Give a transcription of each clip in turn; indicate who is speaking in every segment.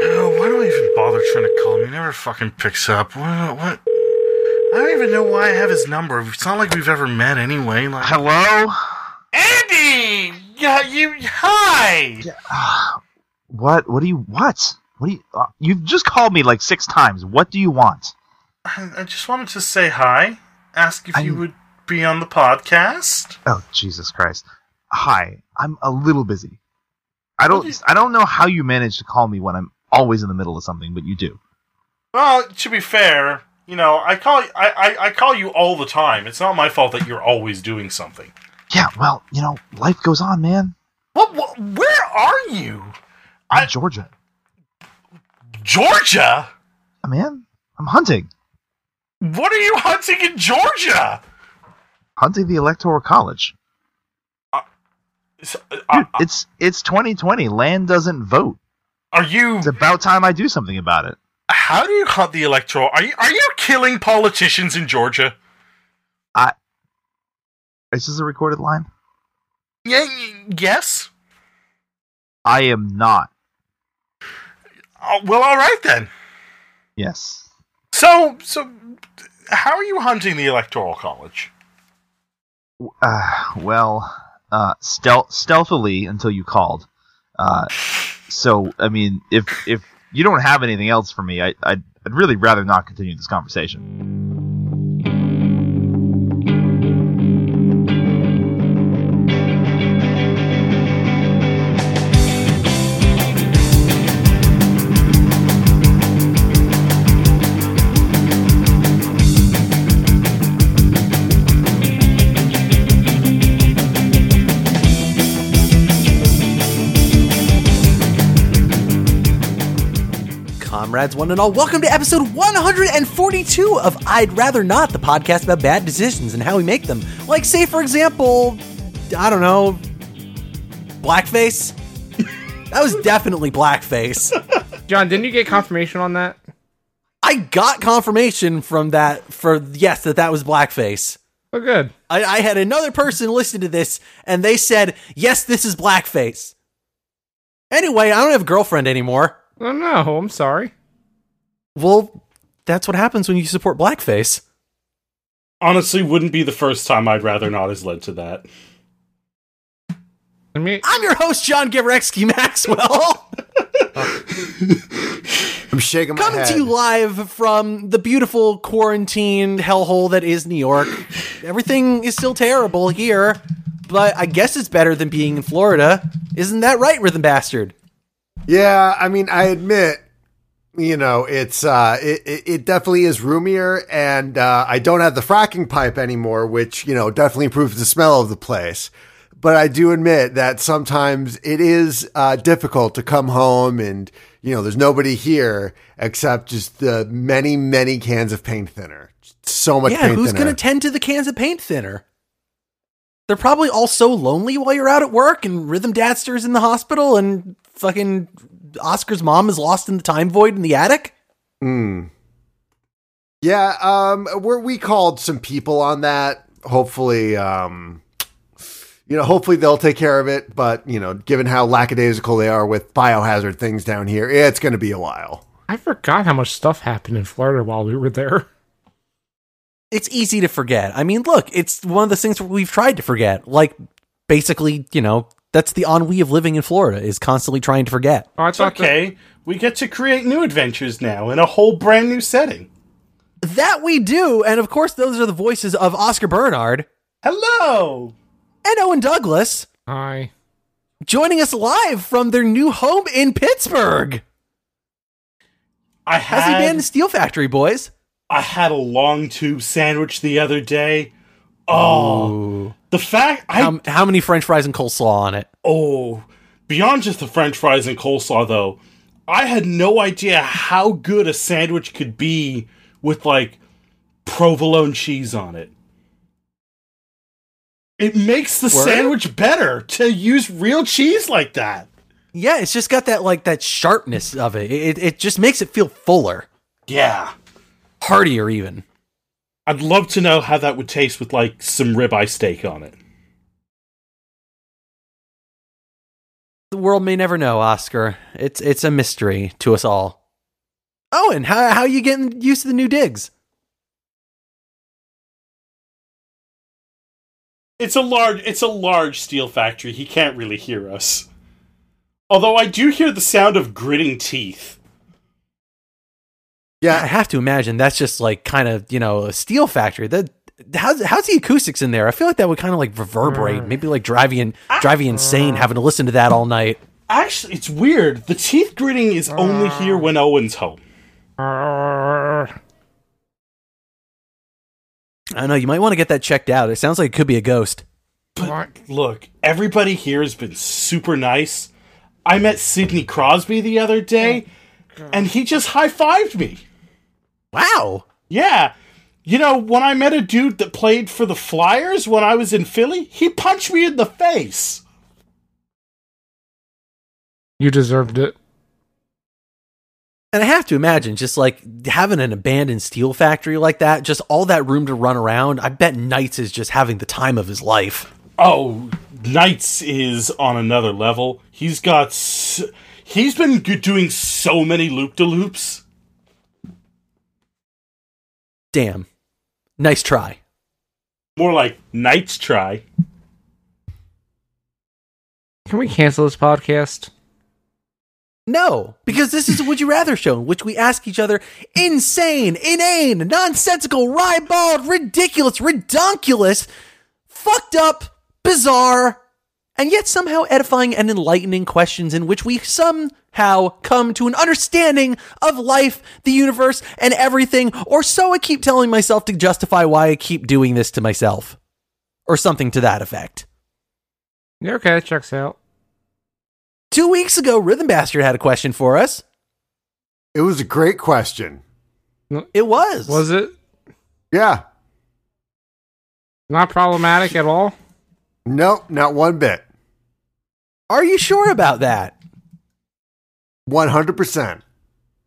Speaker 1: Oh, why do I even bother trying to call him? He never fucking picks up. What? what? I don't even know why I have his number. It's not like we've ever met anyway. Like,
Speaker 2: Hello?
Speaker 1: Andy, yeah, you. Hi.
Speaker 2: What? What do you? What? What do you? Uh, you've just called me like six times. What do you want?
Speaker 1: I I just wanted to say hi. Ask if you
Speaker 2: I-
Speaker 1: would be on the podcast.
Speaker 2: Oh Jesus Christ! Hi, I'm a little busy. I
Speaker 1: What
Speaker 2: don't.
Speaker 1: is-
Speaker 2: I don't know how you manage to call me when I'm always in the middle of something, but you do.
Speaker 1: Well, to be fair, you know, I call I, I, I call you all the time. It's not my fault that you're always doing something.
Speaker 2: Yeah. Well, you know, life goes on, man.
Speaker 1: What? what where are you?
Speaker 2: I'm
Speaker 1: I-
Speaker 2: Georgia.
Speaker 1: Georgia?
Speaker 2: Oh, man, I'm hunting.
Speaker 1: What are you hunting in Georgia?
Speaker 2: Hunting the Electoral College.
Speaker 1: Is-
Speaker 2: Dude,
Speaker 1: uh, uh,
Speaker 2: it's it's 2020. Land doesn't vote.
Speaker 1: Are you?
Speaker 2: It's about time I do something about it.
Speaker 1: How do you hunt the electoral? Are you are you killing politicians in Georgia?
Speaker 2: Is this a recorded line?
Speaker 1: Yeah, y- yes.
Speaker 2: I am not.
Speaker 1: Uh, well, all right then.
Speaker 2: Yes.
Speaker 1: So so, how are you hunting the electoral college?
Speaker 2: Uh, well, uh, steal- stealthily until you called. Uh, so I mean, if if you don't have anything else for me, I I'd, I'd really rather not continue this conversation.
Speaker 3: Comrades, one and all, welcome to episode 142 of I'd Rather Not, the podcast about bad decisions and how we make them. Like, say, for example, I don't know, blackface? that was definitely blackface.
Speaker 4: John, didn't you get confirmation on that?
Speaker 3: I got confirmation from that for yes, that that was blackface.
Speaker 4: Oh, good.
Speaker 3: I, I had another person listen to this and they said, yes, this is blackface. Anyway, I don't have a girlfriend anymore.
Speaker 4: Oh no, I'm sorry.
Speaker 3: Well, that's what happens when you support blackface.
Speaker 5: honestly wouldn't be the first time I'd rather not has led to that.
Speaker 4: I mean,
Speaker 3: I'm your host, John Gavrexky Maxwell,
Speaker 6: I'm shaking my
Speaker 3: coming
Speaker 6: head.
Speaker 3: to you live from the beautiful quarantined hellhole that is New York. Everything is still terrible here, but I guess it's better than being in Florida. Isn't that right, Rhythm Bastard?
Speaker 6: yeah, I mean, I admit, you know, it's uh, it, it it definitely is roomier, and uh, I don't have the fracking pipe anymore, which you know definitely improves the smell of the place. But I do admit that sometimes it is uh, difficult to come home and you know there's nobody here except just the many many cans of paint thinner. So much
Speaker 3: yeah,
Speaker 6: paint
Speaker 3: who's
Speaker 6: thinner.
Speaker 3: going to tend to the cans of paint thinner? They're probably all so lonely while you're out at work, and Rhythm Dadster's in the hospital, and fucking Oscar's mom is lost in the time void in the attic.
Speaker 6: Mm. Yeah, um, we're, we called some people on that. Hopefully, um, you know, hopefully they'll take care of it. But you know, given how lackadaisical they are with biohazard things down here, it's going to be a while.
Speaker 4: I forgot how much stuff happened in Florida while we were there.
Speaker 3: it's easy to forget. I mean, look, it's one of those things where we've tried to forget. Like, basically, you know, that's the ennui of living in Florida is constantly trying to forget.
Speaker 4: Oh, I
Speaker 5: It's
Speaker 4: thought that-
Speaker 5: okay. We get to create new adventures now in a whole brand new setting.
Speaker 3: That we do, and of course, those are the voices of Oscar Bernard
Speaker 5: Hello.
Speaker 3: and Owen Douglas
Speaker 4: Hi.
Speaker 3: joining us live from their new home in Pittsburgh.
Speaker 5: I
Speaker 3: How's he
Speaker 5: had
Speaker 3: been, Steel Factory Boys?
Speaker 5: I had a long tube sandwich the other day. Oh, the fact I
Speaker 3: How, how many French fries and coleslaw on it?
Speaker 5: oh, beyond just the french fries and coleslaw though, I had no idea how good a sandwich could be with like provolone cheese on it. It makes the
Speaker 3: Word?
Speaker 5: sandwich better to use real cheese like that.
Speaker 3: Yeah, it's just got that like that sharpness of it. It, it just makes it feel fuller,
Speaker 5: Yeah.
Speaker 3: heartier even.
Speaker 5: I'd love to know how that would taste with like some ribeye steak on it.
Speaker 3: The world may never know, Oscar. It's it's a mystery to us all. Owen, how how you getting used to the new digs?
Speaker 5: It's a large it's a large steel factory. He can't really hear us. Although I do hear the sound of gritting teeth.
Speaker 3: I
Speaker 6: Yeah,
Speaker 3: have to imagine that's just like kind of you know a steel factory. That how's how's the acoustics in there? I feel like that would kind of like reverberate, maybe like driving in, drive you insane having to listen to that all night.
Speaker 5: Actually, it's weird. The teeth gritting is only here when Owen's home.
Speaker 3: I don't know. You might want to get that checked out. It sounds like it could be a ghost.
Speaker 5: Look, everybody here has been super nice. I met Sidney Crosby the other day, and he just high fived me.
Speaker 3: Wow.
Speaker 5: Yeah. You know, when I met a dude that played for the Flyers when I was in Philly, he punched me in the face.
Speaker 4: You deserved it.
Speaker 3: And I have to imagine just like having an abandoned steel factory like that, just all that room to run around. I bet Knights is just having the time of his life.
Speaker 5: Oh, Knights is on another level. He's got. S- he's been g- doing so many loop de loops.
Speaker 3: Damn. Nice try.
Speaker 5: More like Knights try.
Speaker 4: Can we cancel this podcast?
Speaker 3: No, because this is a Would You Rather show in which we ask each other insane, inane, nonsensical, ribald, ridiculous, redonkulous, fucked up, bizarre, and yet somehow edifying and enlightening questions in which we somehow come to an understanding of life, the universe, and everything, or so I keep telling myself to justify why I keep doing this to myself, or something to that effect.
Speaker 4: Yeah, okay, that checks out.
Speaker 3: Two weeks ago, Rhythm Bastard had a question for us.
Speaker 6: it was a great question.
Speaker 3: It was.
Speaker 4: Was it
Speaker 6: Yeah,
Speaker 4: not problematic at all?
Speaker 6: nope, not one bit.
Speaker 3: Are you sure about that?
Speaker 6: One hundred percent.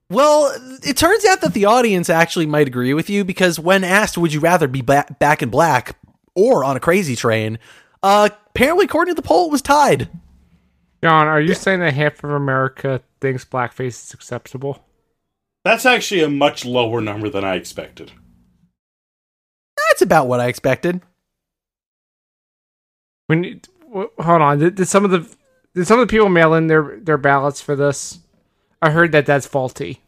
Speaker 3: Well, it turns out that the audience actually might agree with you because when asked, would you rather be ba- back in black or on a crazy train? Uh, apparently, according to the poll, it was tied.
Speaker 4: John, are you saying that half of America thinks blackface is acceptable?
Speaker 5: That's actually a much lower number than I expected.
Speaker 3: That's about what I expected.
Speaker 4: When you, wh- hold on, did, did some of the did some of the people mail in their their ballots for this? I heard that that's faulty.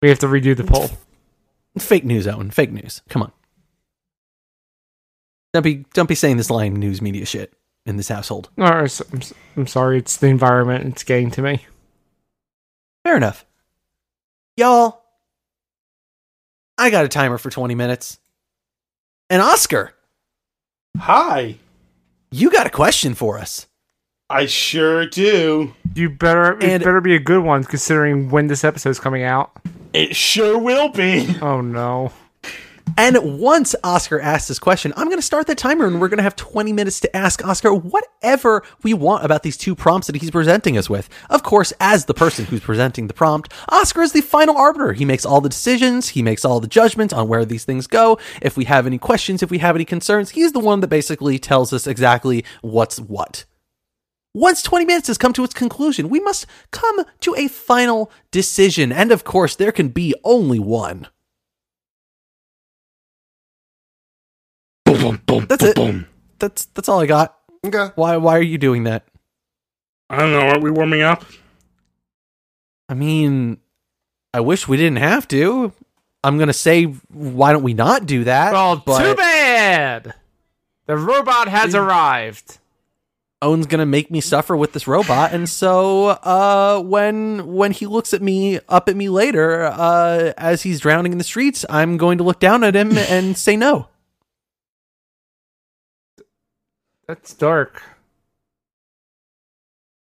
Speaker 4: We have to redo the poll.
Speaker 3: Fake news, Owen. Fake news. Come on. Don't be don't be saying this lame news media shit in this household.
Speaker 4: No, I'm, s- I'm s- I'm sorry, it's the environment. It's getting to me.
Speaker 3: Fair enough. Y'all, I got a timer for 20 minutes. And Oscar,
Speaker 5: Hi.
Speaker 3: you got a question for us.
Speaker 5: I sure do.
Speaker 4: You better it
Speaker 3: And-
Speaker 4: better be a good one, considering when this episode's coming out.
Speaker 5: It sure will be.
Speaker 4: Oh no.
Speaker 3: And once Oscar asks this question, I'm going to start the timer and we're going to have 20 minutes to ask Oscar whatever we want about these two prompts that he's presenting us with. Of course, as the person who's presenting the prompt, Oscar is the final arbiter. He makes all the decisions, he makes all the judgments on where these things go. If we have any questions, if we have any concerns, he's the one that basically tells us exactly what's what. Once 20 minutes has come to its conclusion, we must come to a final decision. And of course, there can be only one.
Speaker 5: Boom, boom, boom,
Speaker 3: That's
Speaker 5: boom,
Speaker 3: it.
Speaker 5: boom.
Speaker 3: That's that's all I got.
Speaker 6: Okay.
Speaker 3: Why why are you doing that?
Speaker 5: I don't know. Aren't we warming up?
Speaker 3: I mean, I wish we didn't have to. I'm gonna say, why don't we not do that?
Speaker 4: Well,
Speaker 3: but
Speaker 4: too bad. The robot has arrived.
Speaker 3: Owen's gonna make me suffer with this robot, and so uh, when when he looks at me up at me later, uh, as he's drowning in the streets, I'm going to look down at him and say no.
Speaker 4: That's dark.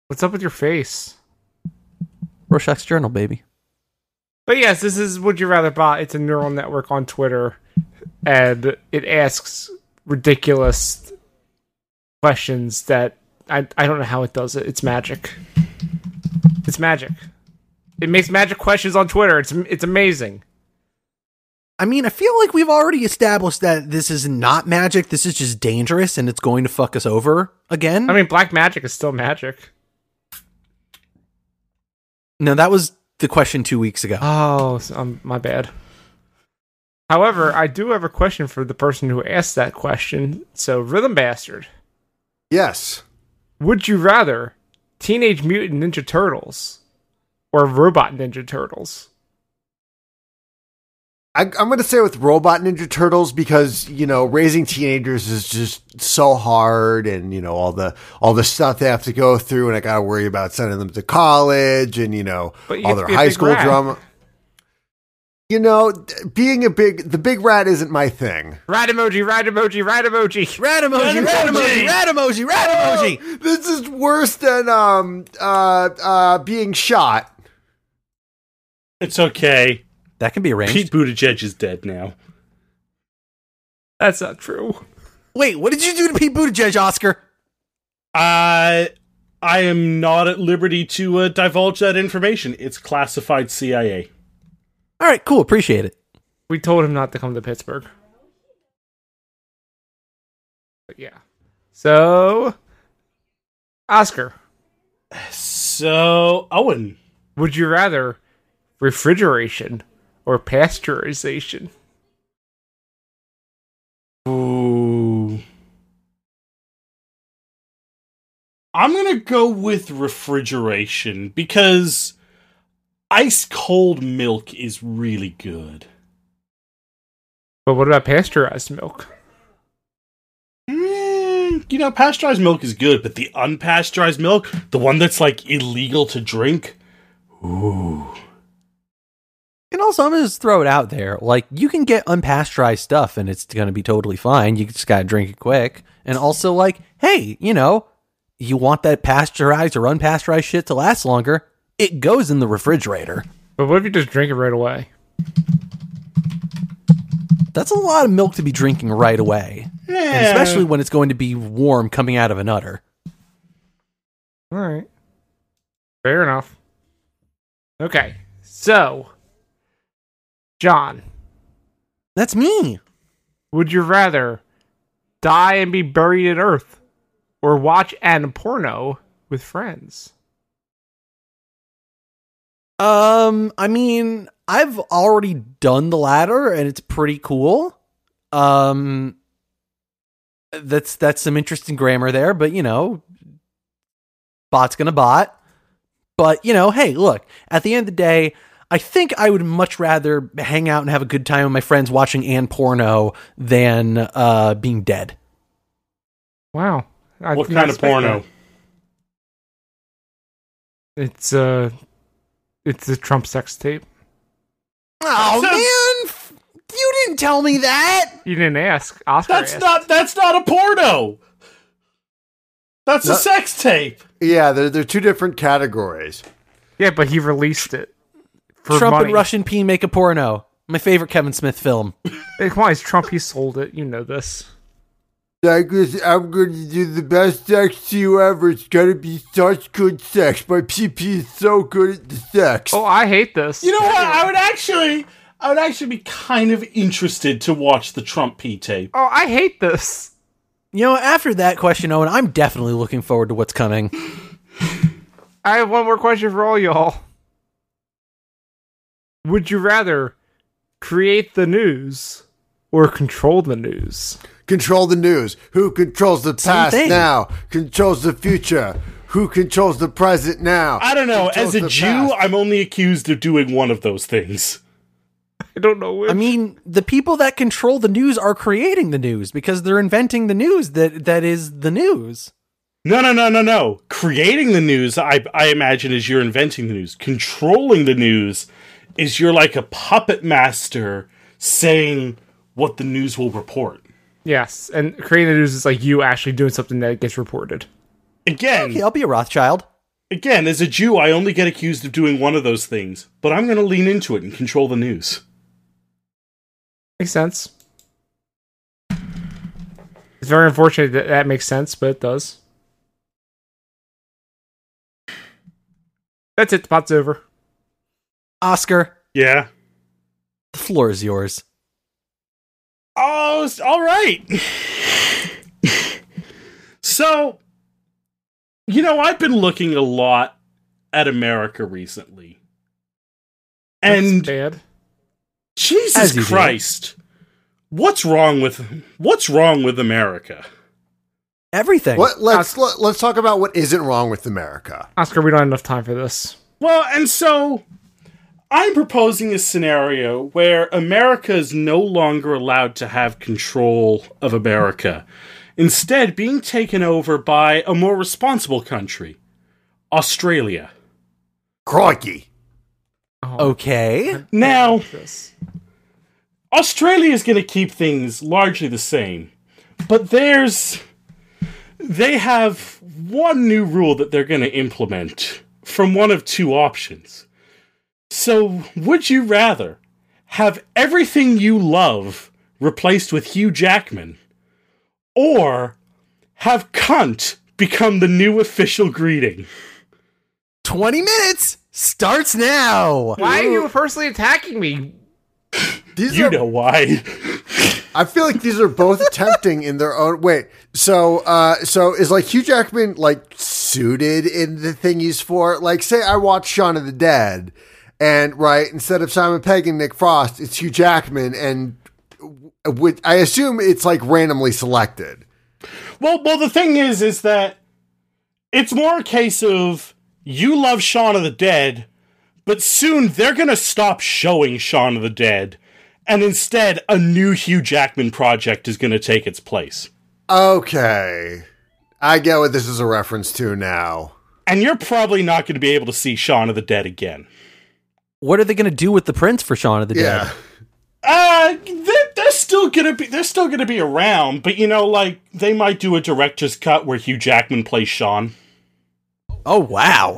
Speaker 4: What's up with your face?
Speaker 3: Rorschach's journal, baby.
Speaker 4: But yes, this is Would You Rather Bot. It's a neural network on Twitter, and it asks ridiculous questions that I, I don't know how it does it. It's magic. It's magic. It makes magic questions on Twitter. It's it's amazing.
Speaker 3: I mean, I feel like we've already established that this is not magic. This is just dangerous and it's going to fuck us over again.
Speaker 4: I mean, black magic is still magic.
Speaker 3: no, that was the question two weeks ago.
Speaker 4: Oh, so, um, my bad. However, I do have a question for the person who asked that question. So, Rhythm Bastard,
Speaker 6: Yes.
Speaker 4: would you rather Teenage Mutant Ninja Turtles or Robot Ninja Turtles?
Speaker 6: I, I'm going to say with Robot Ninja Turtles because you know raising teenagers is just so hard, and you know all the all the stuff they have to go through, and I got to worry about sending them to college, and you know
Speaker 4: But you
Speaker 6: all
Speaker 4: have to
Speaker 6: their
Speaker 4: be a
Speaker 6: high
Speaker 4: big
Speaker 6: school
Speaker 4: rat.
Speaker 6: drama. You know, d- being a big the big rat isn't my thing.
Speaker 4: Rat emoji, rat emoji, rat emoji.
Speaker 3: Rat emoji, rat emoji, rat emoji, rat emoji.
Speaker 6: Oh, This is worse than um uh uh being shot.
Speaker 5: It's okay.
Speaker 3: That can be arranged.
Speaker 5: Pete Buttigieg is dead now.
Speaker 4: That's not true.
Speaker 3: Wait, what did you do to Pete Buttigieg, Oscar?
Speaker 5: I I am not at liberty to uh, divulge that information. It's classified CIA.
Speaker 3: All right, cool. Appreciate it.
Speaker 4: We told him not to come to Pittsburgh. But yeah. So, Oscar,
Speaker 5: So Owen,
Speaker 4: would you rather refrigeration or pasteurization?
Speaker 5: ooh, I'm gonna go with refrigeration because ice cold milk is really good.
Speaker 4: But what about pasteurized milk?
Speaker 5: Mm, you know, pasteurized milk is good, but the unpasteurized milk, the one that's like illegal to drink, ooh.
Speaker 3: And also, I'm gonna just throw it out there. Like, you can get unpasteurized stuff, and it's gonna be totally fine. You just gotta drink it quick. And also, like, hey, you know, you want that pasteurized or unpasteurized shit to last longer? It goes in the refrigerator.
Speaker 4: But what if you just drink it right away?
Speaker 3: That's a lot of milk to be drinking right away, And especially when it's going to be warm coming out of an udder.
Speaker 4: All right. Fair enough. Okay. So, John,
Speaker 3: That's me.
Speaker 4: would you rather die and be buried in Earth or watch an porno with friends?
Speaker 3: Um, I mean, I've already done the latter and it's pretty cool. Um that's that's some interesting grammar there, but you know, bot's gonna bot. But, you know, hey, look, at the end of the day, I think I would much rather hang out and have a good time with my friends watching and porno than uh being dead.
Speaker 4: Wow. I
Speaker 5: what
Speaker 4: did not
Speaker 5: kind of
Speaker 4: expect
Speaker 5: porno?
Speaker 4: that. It's uh it's the Trump sex tape.
Speaker 3: Oh man, f- you didn't tell me that.
Speaker 4: You didn't ask. Oscar
Speaker 5: That's
Speaker 4: asked.
Speaker 5: not that's not a porno. That's a
Speaker 6: No.
Speaker 5: sex tape.
Speaker 6: Yeah, they're they're two different categories.
Speaker 4: Yeah, but he released it. For
Speaker 3: Trump
Speaker 4: money.
Speaker 3: and Russian P make a porno. My favorite Kevin Smith film.
Speaker 4: Hey, Come on, it's Trump. He sold it. You know this.
Speaker 6: I guess I'm going to do the best sex you ever. It's going to be such good sex. My PP is so good at the sex.
Speaker 4: Oh, I hate this.
Speaker 5: You know what? I would actually I would actually be kind of interested to watch the Trump P tape.
Speaker 4: Oh, I hate this.
Speaker 3: You know, after that question, Owen, I'm definitely looking forward to what's coming.
Speaker 4: I have one more question for all y'all. Would you rather create the news or control the news?
Speaker 6: Control the news. Who controls the past
Speaker 3: thing.
Speaker 6: now? Controls the future. Who controls the present now?
Speaker 5: I don't know. As
Speaker 6: Controls
Speaker 5: a
Speaker 6: the
Speaker 5: Jew,
Speaker 6: past.
Speaker 5: I'm only accused of doing one of those things.
Speaker 4: I don't know which.
Speaker 3: I mean, the people that control the news are creating the news because they're inventing the news that that is the news.
Speaker 5: No, no, no, no, no. Creating the news, I, I imagine, is you're inventing the news. Controlling the news is you're like a puppet master saying what the news will report.
Speaker 4: yes, and creating the news is like you actually doing something that gets reported.
Speaker 5: Again,
Speaker 3: Okay, I'll be a Rothschild.
Speaker 5: again, as a Jew, I only get accused of doing one of those things, but I'm going to lean into it and control the news.
Speaker 4: Makes sense. It's very unfortunate that that makes sense, but it does. That's it. The pot's over.
Speaker 3: Oscar,
Speaker 5: Yeah.
Speaker 3: the floor is yours.
Speaker 5: Oh, s- all right. so, you know, I've been looking a lot at America recently. And
Speaker 4: That's bad.
Speaker 3: As you
Speaker 5: Jesus
Speaker 3: do.
Speaker 5: Christ. What's wrong with what's wrong with America?
Speaker 3: Everything.
Speaker 6: What, let's let, let's talk about what isn't wrong with America.
Speaker 4: Oscar, we don't have enough time for this.
Speaker 5: Well, and so I'm proposing a scenario where America is no longer allowed to have control of America, instead, being taken over by a more responsible country, Australia.
Speaker 6: Crikey!
Speaker 3: Okay.
Speaker 5: Now,
Speaker 4: Oh. This.
Speaker 5: Australia is going to keep things largely the same, but there's. They have one new rule that they're going to implement from one of two options. So, would you rather have everything you love replaced with Hugh Jackman, or have cunt become the new official greeting?
Speaker 3: 20 minutes starts now.
Speaker 4: Why are you personally attacking me?
Speaker 6: These
Speaker 5: You
Speaker 6: are,
Speaker 5: know why.
Speaker 6: I feel like these are both tempting in their own. Wait, so uh, so is like Hugh Jackman like suited in the thing he's for? Like, say I watch Shaun of the Dead, and right instead of Simon Pegg and Nick Frost, it's Hugh Jackman, and would I assume it's like randomly selected?
Speaker 5: Well, well, the thing is, is that it's more a case of you love Shaun of the Dead, but soon they're gonna stop showing Shaun of the Dead, and instead a new Hugh Jackman project is gonna take its place.
Speaker 6: Okay, I get what this is a reference to now.
Speaker 5: And you're probably not gonna be able to see Shaun of the Dead again.
Speaker 3: What are they going to do with the prince for Shaun of the
Speaker 6: Yeah.
Speaker 3: Dead?
Speaker 5: Uh, they're, they're still gonna be they're still gonna be around, but you know, like they might do a director's cut where Hugh Jackman plays Shaun.
Speaker 3: Oh, wow.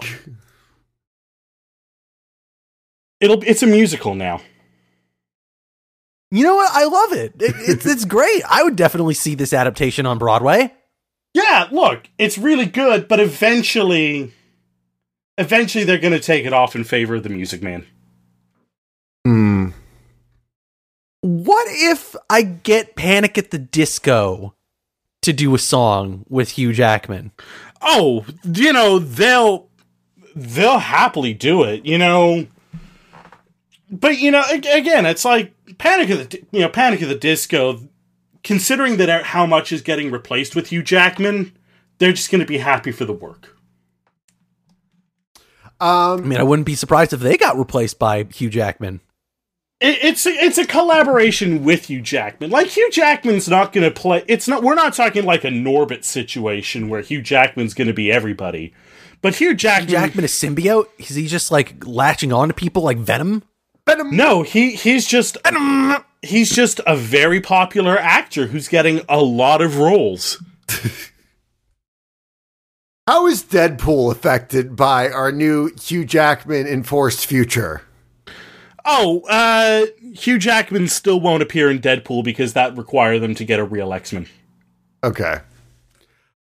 Speaker 5: It'll it's a musical now.
Speaker 3: You know what? I love it. it it's, it's great. I would definitely see this adaptation on Broadway.
Speaker 5: Yeah, look, it's really good, but eventually, eventually they're going to take it off in favor of the Music Man.
Speaker 6: Hmm.
Speaker 3: What if I get Panic at the Disco to do a song with Hugh Jackman?
Speaker 5: Oh, you know they'll they'll happily do it, you know. But you know, a- again, it's like Panic of the Di- you know Panic of the Disco. Considering that uh, how much is getting replaced with Hugh Jackman, they're just going to be happy for the work.
Speaker 3: I
Speaker 6: Um,
Speaker 3: mean, I wouldn't be surprised if they got replaced by Hugh Jackman.
Speaker 5: It, it's a, it's a collaboration with Hugh Jackman. Like Hugh Jackman's not going to play. It's not. We're not talking like a Norbit situation where Hugh Jackman's going to be everybody. But Hugh Jackman,
Speaker 3: Jackman is symbiote? Is he just like latching on to people like Venom?
Speaker 6: um,
Speaker 5: no, he he's just he's just a very popular actor who's getting a lot of roles.
Speaker 6: how is Deadpool affected by our new Hugh Jackman enforced future?
Speaker 5: Oh, uh, Hugh Jackman still won't appear in Deadpool because that require them to get a real X Men.
Speaker 6: Okay.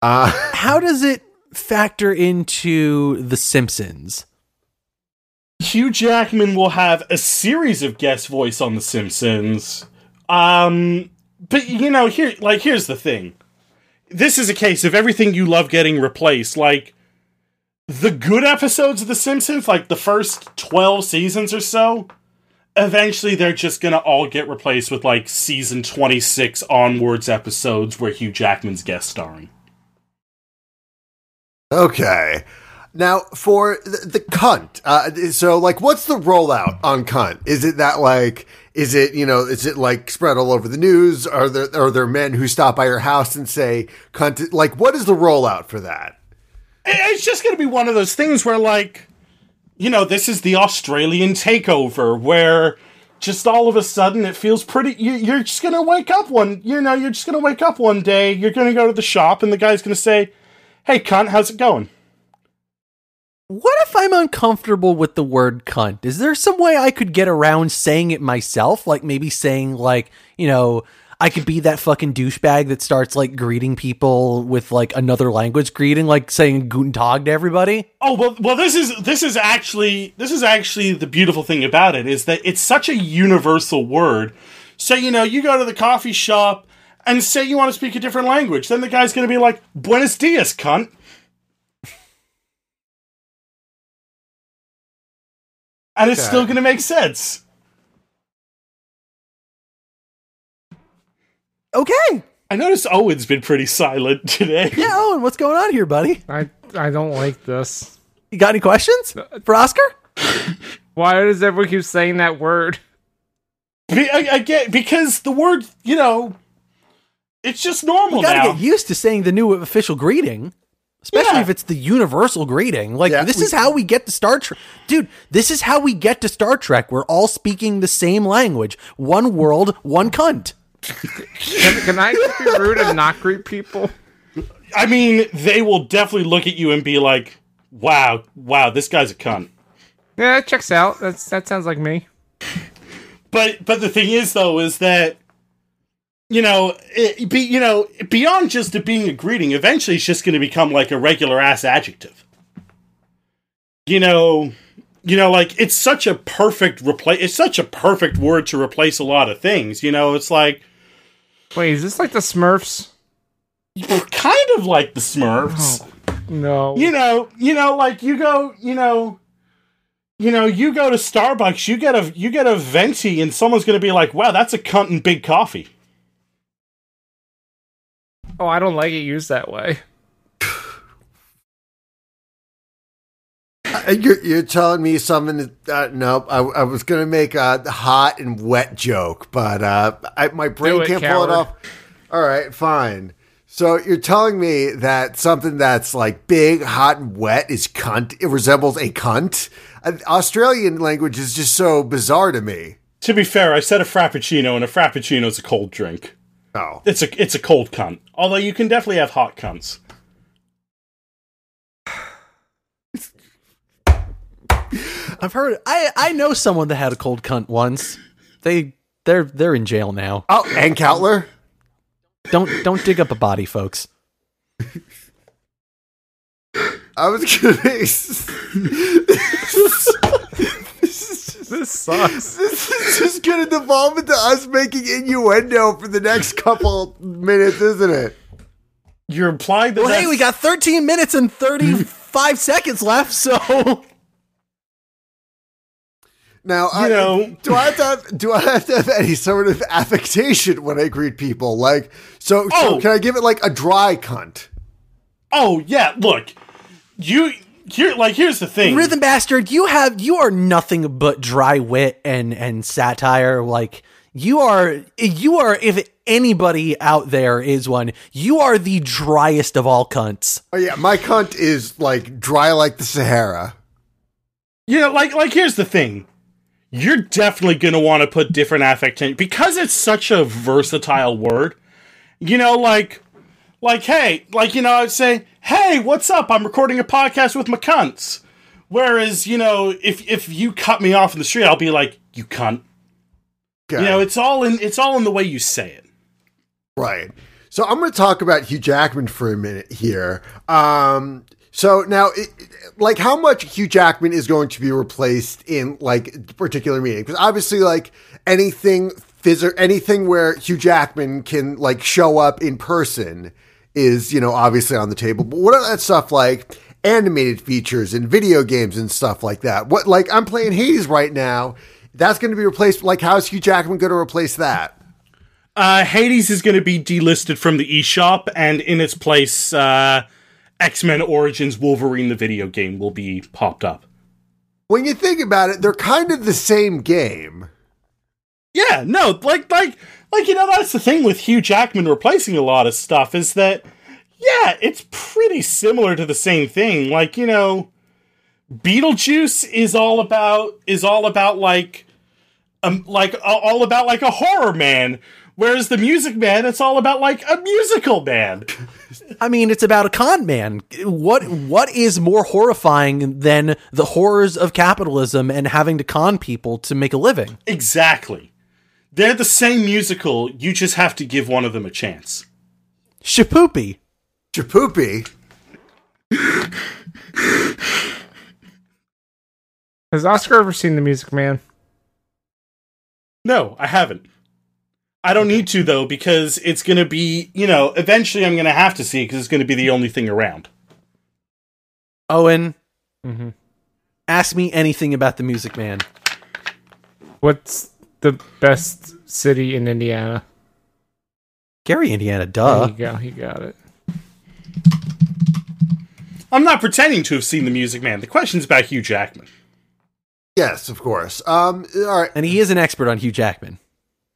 Speaker 6: Uh,
Speaker 3: How does it factor into The Simpsons?
Speaker 5: Hugh Jackman will have a series of guest voice on The Simpsons. Um, but you know, here, like, here's the thing. This is a case of everything you love getting replaced. Like, the good episodes of The Simpsons, like the first 12 seasons or so, eventually they're just gonna all get replaced with, like, season 26 onwards episodes where Hugh Jackman's guest starring.
Speaker 6: okay. Now for the, the cunt. Uh, so like, what's the rollout on cunt? Is it that like, is it you know, is it like spread all over the news? Are there are there men who stop by your house and say cunt? Like, what is the rollout for that?
Speaker 5: It- It's just going to be one of those things where, like, you know, this is the Australian takeover where just all of a sudden it feels pretty. You, you're just going to wake up one, you know, you're just going to wake up one day. You're going to go to the shop and the guy's going to say, Hey, cunt, how's it going?
Speaker 3: What if I'm uncomfortable with the word cunt? Is there some way I could get around saying it myself? Like maybe saying like, you know, I could be that fucking douchebag that starts like greeting people with like another language greeting, like saying Guten Tag to everybody.
Speaker 5: Oh well, well this is this is actually this is actually the beautiful thing about it is that it's such a universal word. Say, you know, you go to the coffee shop and say you want to speak a different language. Then the guy's going to be like, Buenos dias, cunt. And it's still going to make sense.
Speaker 3: Okay.
Speaker 5: I noticed Owen's been pretty silent today.
Speaker 3: Yeah, Owen, what's going on here, buddy?
Speaker 4: I I don't like this.
Speaker 3: You got any questions for Oscar?
Speaker 4: Why does everyone keep saying that word?
Speaker 5: Be- I, I get because the word, you know, it's just normal
Speaker 3: You got
Speaker 5: now.
Speaker 3: to get used to saying the new official greeting, especially
Speaker 5: Yeah.
Speaker 3: if it's the universal greeting. Like
Speaker 6: Yeah,
Speaker 3: this
Speaker 6: we-
Speaker 3: is how we get to Star Trek, dude. This is how we get to Star Trek. We're all speaking the same language, one world, one cunt.
Speaker 4: Can, can I just be rude and not greet people?
Speaker 5: I mean, they will definitely look at you and be like, "Wow, wow, this guy's a cunt."
Speaker 4: Yeah, it checks out. That's that sounds like me.
Speaker 5: But but the thing is though is that you know, it, be you know, beyond just it being a greeting, eventually it's just going to become like a regular ass adjective. You know, you know like it's such a perfect replace it's such a perfect word to replace a lot of things, you know, it's like
Speaker 4: Wait, is this like the Smurfs?
Speaker 5: we're kind of like the Smurfs.
Speaker 4: No.
Speaker 5: you know, you know, like you go, you know, you know, you go to Starbucks, you get a you get a venti, and someone's gonna be like, "Wow, that's a cunt and big coffee."
Speaker 4: oh, I don't like it used that way.
Speaker 6: Uh, You're, you're telling me something. That, uh, no, I, I was going to make a hot and wet joke, but uh, I, my brain
Speaker 4: Do it,
Speaker 6: can't pull it
Speaker 4: coward.
Speaker 6: off. All right, fine. So you're telling me that something that's like big, hot, and wet is cunt. It resembles a cunt. Uh, Australian language is just so bizarre to me.
Speaker 5: To be fair, I said a frappuccino, and a frappuccino is a cold drink.
Speaker 6: Oh,
Speaker 5: It's a it's a cold cunt. Although you can definitely have hot cunts.
Speaker 3: I've heard. I I know someone that had a cold cunt once. They they're they're in jail now.
Speaker 6: oh, and Cowtler.
Speaker 3: Don't don't dig up a body, folks.
Speaker 6: I was going to.
Speaker 4: This sucks.
Speaker 6: This is just going to devolve into us making innuendo for the next couple minutes, isn't it?
Speaker 5: You're implying that
Speaker 3: Well, hey,
Speaker 5: that's-
Speaker 3: we got 13 minutes and 35 seconds left, so
Speaker 6: Now, I,
Speaker 5: know.
Speaker 6: do I have to have, do I have to have any sort of affectation when I greet people? Like, so, so
Speaker 5: Oh.
Speaker 6: can I give it like a dry cunt?
Speaker 5: Oh yeah, look, you here like here's the thing.
Speaker 3: Rhythm Bastard, you have you are nothing but dry wit and and satire. Like you are you are if anybody out there is one, you are the driest of all cunts.
Speaker 6: Oh yeah, my cunt is like dry like the Sahara.
Speaker 5: you know, like like here's the thing. You're definitely gonna want to put different affectation because it's such a versatile word. You know, like like hey, like you know, I'd say, hey, what's up? I'm recording a podcast with my cunts. Whereas, you know, if if you cut me off in the street, I'll be like, you cunt.
Speaker 6: Okay.
Speaker 5: You know, it's all in it's all in the way you say it.
Speaker 6: Right. So I'm going to talk about Hugh Jackman for a minute here. Um, so now, it, it- like, how much Hugh Jackman is going to be replaced in like particular meeting? Because obviously, like anything, phys- anything where Hugh Jackman can like show up in person is you know obviously on the table. But what about that stuff like animated features and video games and stuff like that? What like I'm playing Hades right now. That's going to be replaced. Like, how's Hugh Jackman going to replace that?
Speaker 5: Uh, Hades is going to be delisted from the eShop, and in its place, uh, X Men Origins Wolverine, the video game, will be popped up.
Speaker 6: when you think about it, they're kind of the same game.
Speaker 5: Yeah, no, like like like you know that's the thing with Hugh Jackman replacing a lot of stuff is that yeah, it's pretty similar to the same thing. Like, you know, Beetlejuice is all about is all about like um like a- all about like a horror man, whereas the Music Man it's all about like a musical man.
Speaker 3: I mean, it's about a con man. What what is more horrifying than the horrors of capitalism and having to con people to make a living?
Speaker 5: Exactly. They're the same musical, you just have to give one of them a chance.
Speaker 3: Shapoopy.
Speaker 6: Chapoopy.
Speaker 4: Has Oscar ever seen The Music Man?
Speaker 5: No, I haven't. I don't need to though because it's going to be, you know, eventually I'm going to have to see because it's going to be the only thing around.
Speaker 3: Owen,
Speaker 6: Mm-hmm.
Speaker 4: Mhm.
Speaker 3: ask me anything about the Music Man.
Speaker 4: What's the best city in Indiana?
Speaker 3: Gary, Indiana,
Speaker 4: There
Speaker 3: duh.
Speaker 4: you go. He got it.
Speaker 5: I'm not pretending to have seen the Music Man. The question's about Hugh Jackman.
Speaker 6: Yes, of course. Um, all right.
Speaker 3: And he is an expert on Hugh Jackman,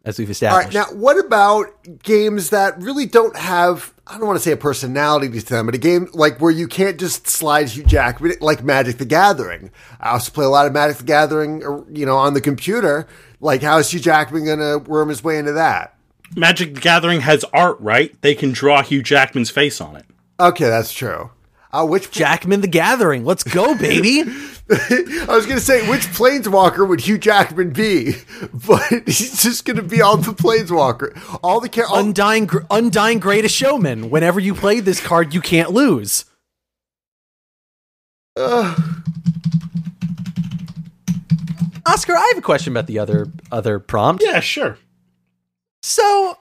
Speaker 3: as we've
Speaker 6: All right.
Speaker 3: established.
Speaker 6: Now, what about games that really don't have, I don't want to say a personality to them, but a game like where you can't just slide Hugh Jackman, like Magic the Gathering. I also play a lot of Magic the Gathering, or, you know, on the computer. Like, how is Hugh Jackman going to worm his way into that?
Speaker 5: Magic the Gathering has art, right? They can draw Hugh Jackman's face on it.
Speaker 6: Okay, that's true. Uh, which
Speaker 3: Jackman the Gathering. Let's go, baby.
Speaker 6: I was going to say, which planeswalker would Hugh Jackman be? But he's just going to be all the planeswalker, all the char- all-
Speaker 3: Undying, gr- Undying Greatest Showman. Whenever you play this card, you can't lose. Oscar, I have a question about the other other prompt.
Speaker 5: Yeah, sure.
Speaker 3: So,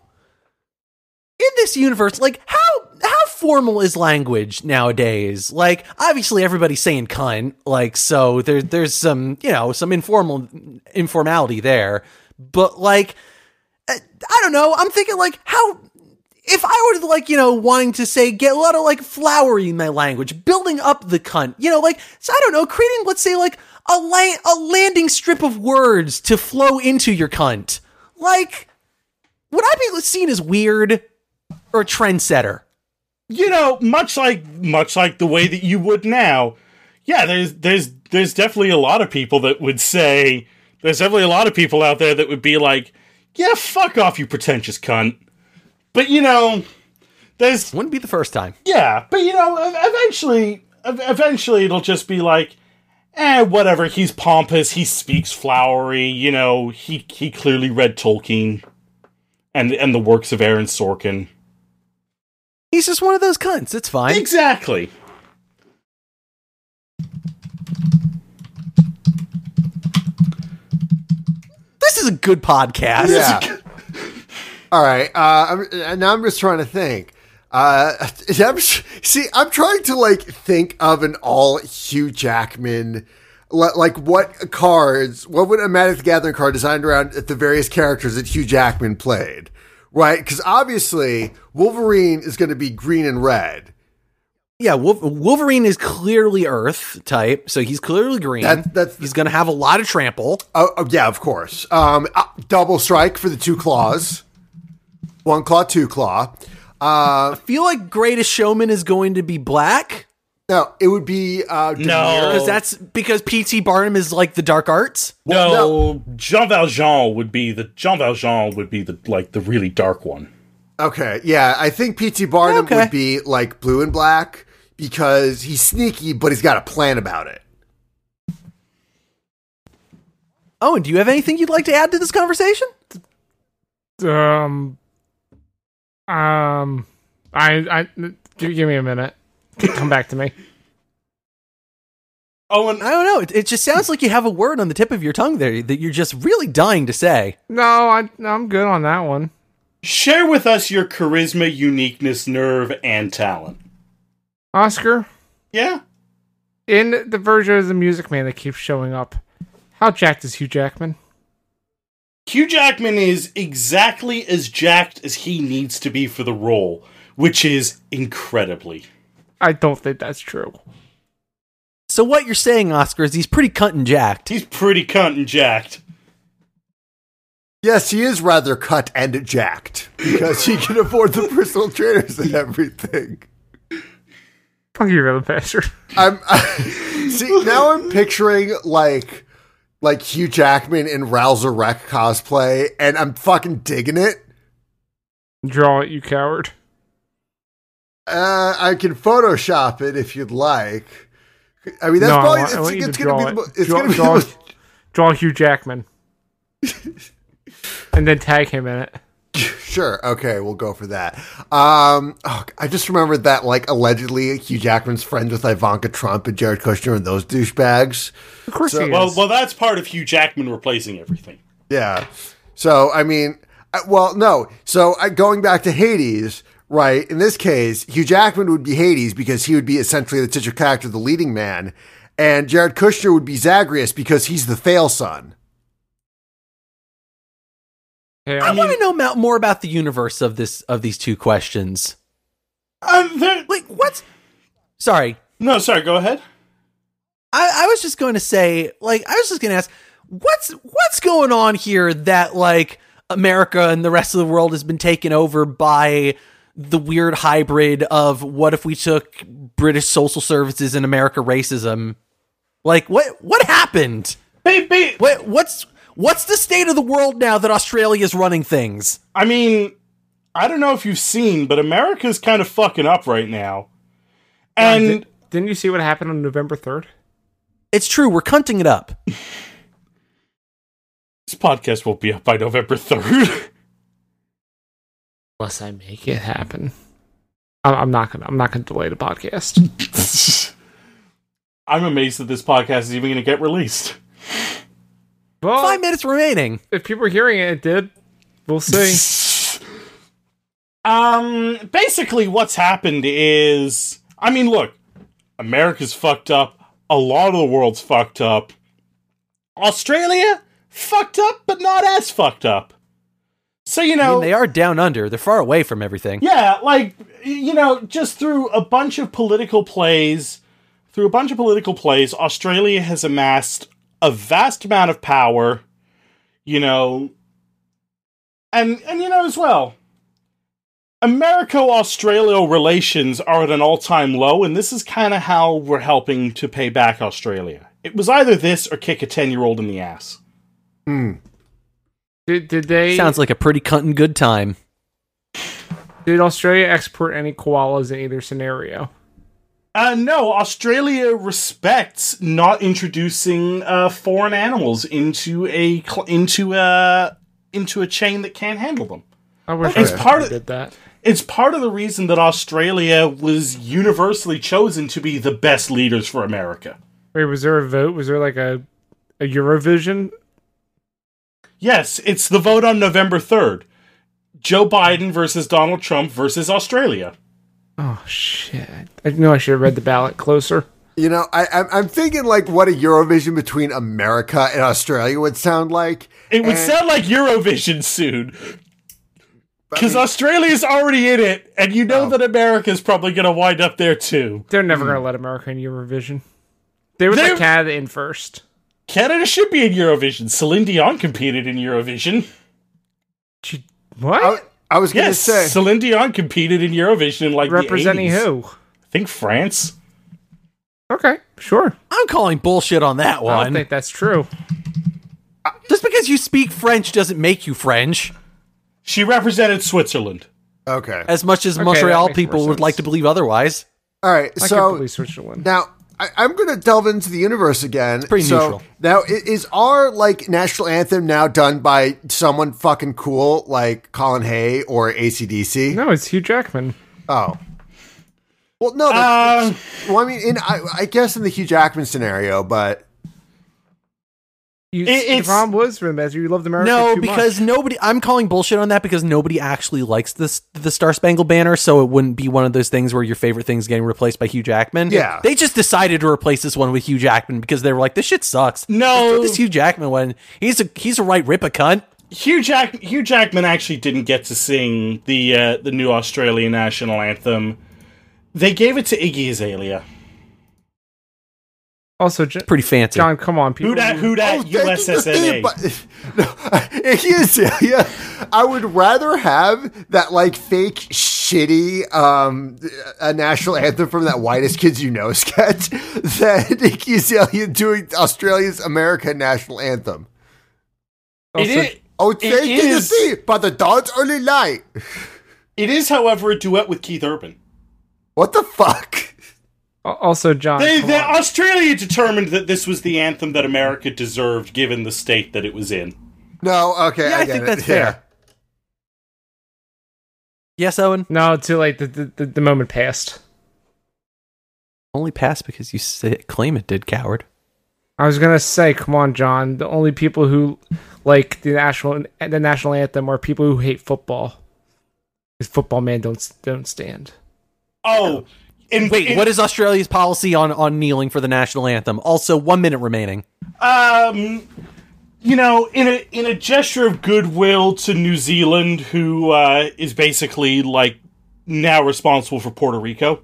Speaker 3: in this universe, like how how formal is language nowadays? Like, obviously, everybody's saying "cunt," like so. There, there's some you know some informal informality there, but like uh, I don't know. I'm thinking like how if I were to like you know wanting to say get a lot of like flowery in my language, building up the cunt, you know, like so I don't know, creating let's say like a la- a landing strip of words to flow into your cunt, like would I be seen as weird or a trendsetter?
Speaker 5: you know, much like much like the way that you would now, yeah, there's there's there's definitely a lot of people that would say there's definitely a lot of people out there that would be like, yeah, fuck off, you pretentious cunt. But you know, there's
Speaker 3: Wouldn't be the first time.
Speaker 5: yeah, but you know, ev- eventually, ev- eventually it'll just be like, eh, whatever. He's pompous. He speaks flowery. You know, he he clearly read Tolkien, and and the works of Aaron Sorkin.
Speaker 3: He's just one of those cunts. It's fine.
Speaker 5: Exactly.
Speaker 3: This is a good podcast.
Speaker 6: Yeah. All right. Uh, I'm, uh, now I'm just trying to think. Uh, I'm, s- see, I'm trying to like think of an all Hugh Jackman, li- like what cards, what would a Magic the Gathering card designed around the various characters that Hugh Jackman played, right? Because obviously Wolverine is going to be green and red.
Speaker 3: Yeah, Wolf- Wolverine is clearly Earth type, so he's clearly green.
Speaker 6: That- that's-
Speaker 3: he's going to have a lot of trample.
Speaker 6: Oh, oh, yeah, of course. Um, uh, double strike for the two claws, one claw, two claw. Uh,
Speaker 3: I feel like Greatest Showman is going to be black
Speaker 6: no, it would be uh,
Speaker 5: No.
Speaker 3: because that's because PT Barnum is like the dark arts.
Speaker 5: No, Jean Valjean would be the Jean Valjean would be the like the really dark one.
Speaker 6: Okay, yeah, I think PT Barnum
Speaker 3: Okay.
Speaker 6: would be like blue and black because he's sneaky, but he's got a plan about it.
Speaker 3: Oh, and do you have anything you'd like to add to this conversation?
Speaker 4: Um. Um. I. I. Give, give me a minute. Come back to me.
Speaker 5: Oh,
Speaker 6: Um,
Speaker 5: and
Speaker 3: I don't know. It, it just sounds like you have a word on the tip of your tongue there that you're just really dying to say.
Speaker 4: No, I. no, I'm good on that one.
Speaker 5: share with us your charisma, uniqueness, nerve, and talent.
Speaker 4: Oscar,
Speaker 5: Yeah,
Speaker 4: in the version of the Music Man that keeps showing up, how jacked is Hugh Jackman?
Speaker 5: Hugh Jackman is exactly as jacked as he needs to be for the role, which is incredibly.
Speaker 4: I don't think that's true.
Speaker 3: So what you're saying, Oscar, is he's pretty cunt and jacked.
Speaker 5: He's pretty cunt and jacked.
Speaker 6: Yes, he is rather cut and jacked because he can afford the personal trainers and everything.
Speaker 4: Fuck you, little bastard.
Speaker 6: I'm see now. I'm picturing like like Hugh Jackman in Rouser Wreck cosplay, and I'm fucking digging it.
Speaker 4: Draw it, you coward.
Speaker 6: Uh, I can Photoshop it if you'd like. I mean, that's
Speaker 4: no, I
Speaker 6: probably
Speaker 4: want- I want you
Speaker 6: it's, it's
Speaker 4: to draw
Speaker 6: gonna be the
Speaker 4: it.
Speaker 6: mo- it's
Speaker 4: draw,
Speaker 6: gonna be the
Speaker 4: draw,
Speaker 6: most
Speaker 4: draw Hugh Jackman, and then tag him in it.
Speaker 6: Sure. Okay, we'll go for that. Um, oh, I just remembered that, like, allegedly Hugh Jackman's friends with Ivanka Trump and Jared Kushner and those douchebags.
Speaker 4: Of course he is.
Speaker 5: Well, well, that's part of Hugh Jackman replacing everything.
Speaker 6: Yeah. So, I mean, Uh, well, no. So uh, going back to Hades, right? In this case, Hugh Jackman would be Hades because he would be essentially the titular character, the leading man, and Jared Kushner would be Zagreus because he's the fail son.
Speaker 4: Hey,
Speaker 3: I
Speaker 4: I'm-
Speaker 3: want to know mo- more about the universe of this of these two questions.
Speaker 5: Uh, there-
Speaker 3: Like what? Sorry,
Speaker 5: no, sorry. Go ahead.
Speaker 3: I, I was just going to say, like, I was just going to ask, what's what's going on here that like America and the rest of the world has been taken over by the weird hybrid of what if we took British social services and America racism? Like, what what happened?
Speaker 5: Beep, beep.
Speaker 3: What what's what's the state of the world now that Australia is running things?
Speaker 5: I mean, I don't know if you've seen, but America's kind of fucking up right now. And
Speaker 4: didn't you see what happened on November third?
Speaker 3: It's true, we're cunting it up.
Speaker 5: this podcast will be up by November 3rd.
Speaker 4: Unless I make it happen, I- I'm not gonna. I'm not gonna delay the podcast.
Speaker 5: I'm amazed that this podcast is even going to get released.
Speaker 4: Well,
Speaker 3: Five minutes remaining.
Speaker 4: if people are hearing it, it did. We'll see.
Speaker 5: Um, basically, what's happened is, I mean, look, America's fucked up. A lot of the world's fucked up. Australia fucked up, but not as fucked up. So you
Speaker 3: I
Speaker 5: know,
Speaker 3: mean, they are down under. They're far away from everything.
Speaker 5: yeah, like you know, just through a bunch of political plays, through a bunch of political plays, Australia has amassed a vast amount of power, you know, and and you know as well. Americo-Australia relations are at an all-time low, and this is kind of how we're helping to pay back Australia. It was either this or kick a ten-year-old in the ass.
Speaker 4: Did, did they?
Speaker 3: Sounds like a pretty cuntin' good time.
Speaker 4: did Australia export any koalas in either scenario?
Speaker 5: Uh, no, Australia respects not introducing uh, foreign animals into a cl- into a into a chain that can't handle them.
Speaker 4: I wish
Speaker 5: It's
Speaker 4: I
Speaker 5: part of-
Speaker 4: did that.
Speaker 5: It's part of the reason that Australia was universally chosen to be the best leaders for America.
Speaker 4: Wait, was there a vote? Was there like a a Eurovision?
Speaker 5: Yes, it's the vote on November third: Joe Biden versus Donald Trump versus Australia.
Speaker 4: Oh shit! I know I should have read the ballot closer.
Speaker 6: You know, I, I'm, I'm thinking like what a Eurovision between America and Australia would sound like.
Speaker 5: It would
Speaker 6: And-
Speaker 5: sound like Eurovision soon. Because Australia's already in it, and you know that America's probably going to wind up there too.
Speaker 4: They're never gonna let America in Eurovision. They would
Speaker 5: They're-
Speaker 4: let Canada in first.
Speaker 5: Canada should be in Eurovision. Celine Dion competed in Eurovision.
Speaker 4: She, what?
Speaker 6: I, I was going to
Speaker 5: Yes,
Speaker 6: say.
Speaker 5: Celine Dion competed in Eurovision in like
Speaker 4: Representing
Speaker 5: the 80s.
Speaker 4: who?
Speaker 5: I think France.
Speaker 4: Okay, sure.
Speaker 3: I'm calling bullshit on that
Speaker 4: I don't
Speaker 3: one.
Speaker 4: think that's true.
Speaker 3: Just because you speak French doesn't make you French,
Speaker 5: She represented Switzerland.
Speaker 6: okay.
Speaker 3: as much as
Speaker 4: that
Speaker 3: Montreal
Speaker 4: makes more
Speaker 3: people would
Speaker 4: sense.
Speaker 3: like to believe otherwise.
Speaker 6: All right.
Speaker 4: I
Speaker 6: so
Speaker 4: could believe Switzerland.
Speaker 6: Now, I, I'm going to delve into the universe again.
Speaker 3: pretty
Speaker 6: so,
Speaker 3: neutral.
Speaker 6: Now, i- is our like national anthem now done by someone fucking cool like Colin Hay or ACDC?
Speaker 4: no, it's Hugh Jackman.
Speaker 6: Oh. Well, no.
Speaker 5: Uh,
Speaker 6: That's, well, I mean, in, I, I guess in the Hugh Jackman scenario, but
Speaker 4: You,
Speaker 5: It-
Speaker 4: the
Speaker 5: it's-
Speaker 4: problem was with him as you loved America.
Speaker 3: No,
Speaker 4: too
Speaker 3: because
Speaker 4: much.
Speaker 3: nobody. I'm calling bullshit on that because nobody actually likes this the Star Spangled Banner, so it wouldn't be one of those things where your favorite thing's getting replaced by Hugh Jackman.
Speaker 6: Yeah.
Speaker 3: they just decided to replace this one with Hugh Jackman because they were like, "This shit sucks."
Speaker 5: No.
Speaker 3: Let's do this Hugh Jackman one. He's a he's a right rip a cunt.
Speaker 5: Hugh Jack Hugh Jackman actually didn't get to sing the uh, the new Australian national anthem. They gave it to Iggy Azalea.
Speaker 4: also J-
Speaker 3: Pretty fancy.
Speaker 4: John, come on, people.
Speaker 5: Who dat? Who dat?
Speaker 6: Oh, thank you,
Speaker 5: USSNA.
Speaker 6: Steve, but- no, it is, yeah, yeah. I would rather have that like fake shitty um a national anthem from that whitest kids you know sketch than Iggy Azalea doing Australia's American national anthem.
Speaker 5: It
Speaker 4: Also,
Speaker 5: is-
Speaker 6: Oh,
Speaker 5: It
Speaker 6: thank you to
Speaker 5: is.
Speaker 6: see, but the dawn's early light.
Speaker 5: It is, however, a duet with Keith Urban.
Speaker 6: What the fuck?
Speaker 4: also John.
Speaker 5: They,
Speaker 4: Oh, come
Speaker 5: they,
Speaker 4: on.
Speaker 5: Australia determined that this was the anthem that America deserved, given the state that it was in.
Speaker 6: No, okay,
Speaker 3: Yeah, I
Speaker 6: get
Speaker 3: think
Speaker 6: it.
Speaker 3: that's
Speaker 6: Yeah.
Speaker 3: fair. Yes, Owen.
Speaker 4: No, too late. The, the, the, the moment passed.
Speaker 3: Only pass because you say, claim it did, coward.
Speaker 4: I was gonna say, come on, John. The only people who like the national the national anthem or people who hate football. Because football man don't don't stand.
Speaker 5: Oh, and
Speaker 3: Wait, what is Australia's policy on, on kneeling for the national anthem? Also, one minute remaining.
Speaker 5: um, you know, in a in a gesture of goodwill to New Zealand, who uh, is basically like now responsible for Puerto Rico.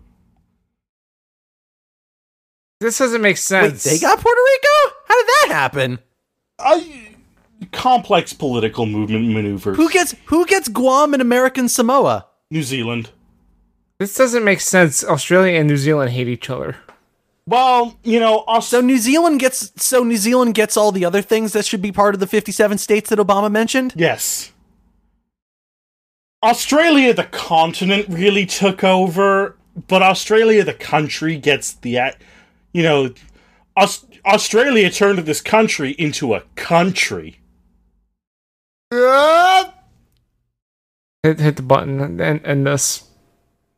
Speaker 4: This doesn't make
Speaker 3: Wait,
Speaker 4: sense.
Speaker 3: they got Puerto Rico? How did that happen?
Speaker 5: I complex political movement maneuvers.
Speaker 3: Who gets who gets Guam and American Samoa?
Speaker 5: New Zealand.
Speaker 4: this doesn't make sense. Australia and New Zealand hate each other.
Speaker 5: Well, you know,
Speaker 3: So
Speaker 5: also
Speaker 3: New Zealand gets so New Zealand gets all the other things that should be part of the 57 states that Obama mentioned.
Speaker 5: yes. Australia, the continent, really took over, but Australia, the country, gets the, a- you know, Aus- Australia turned this country into a country.
Speaker 4: Hit, hit the button and, and, and this.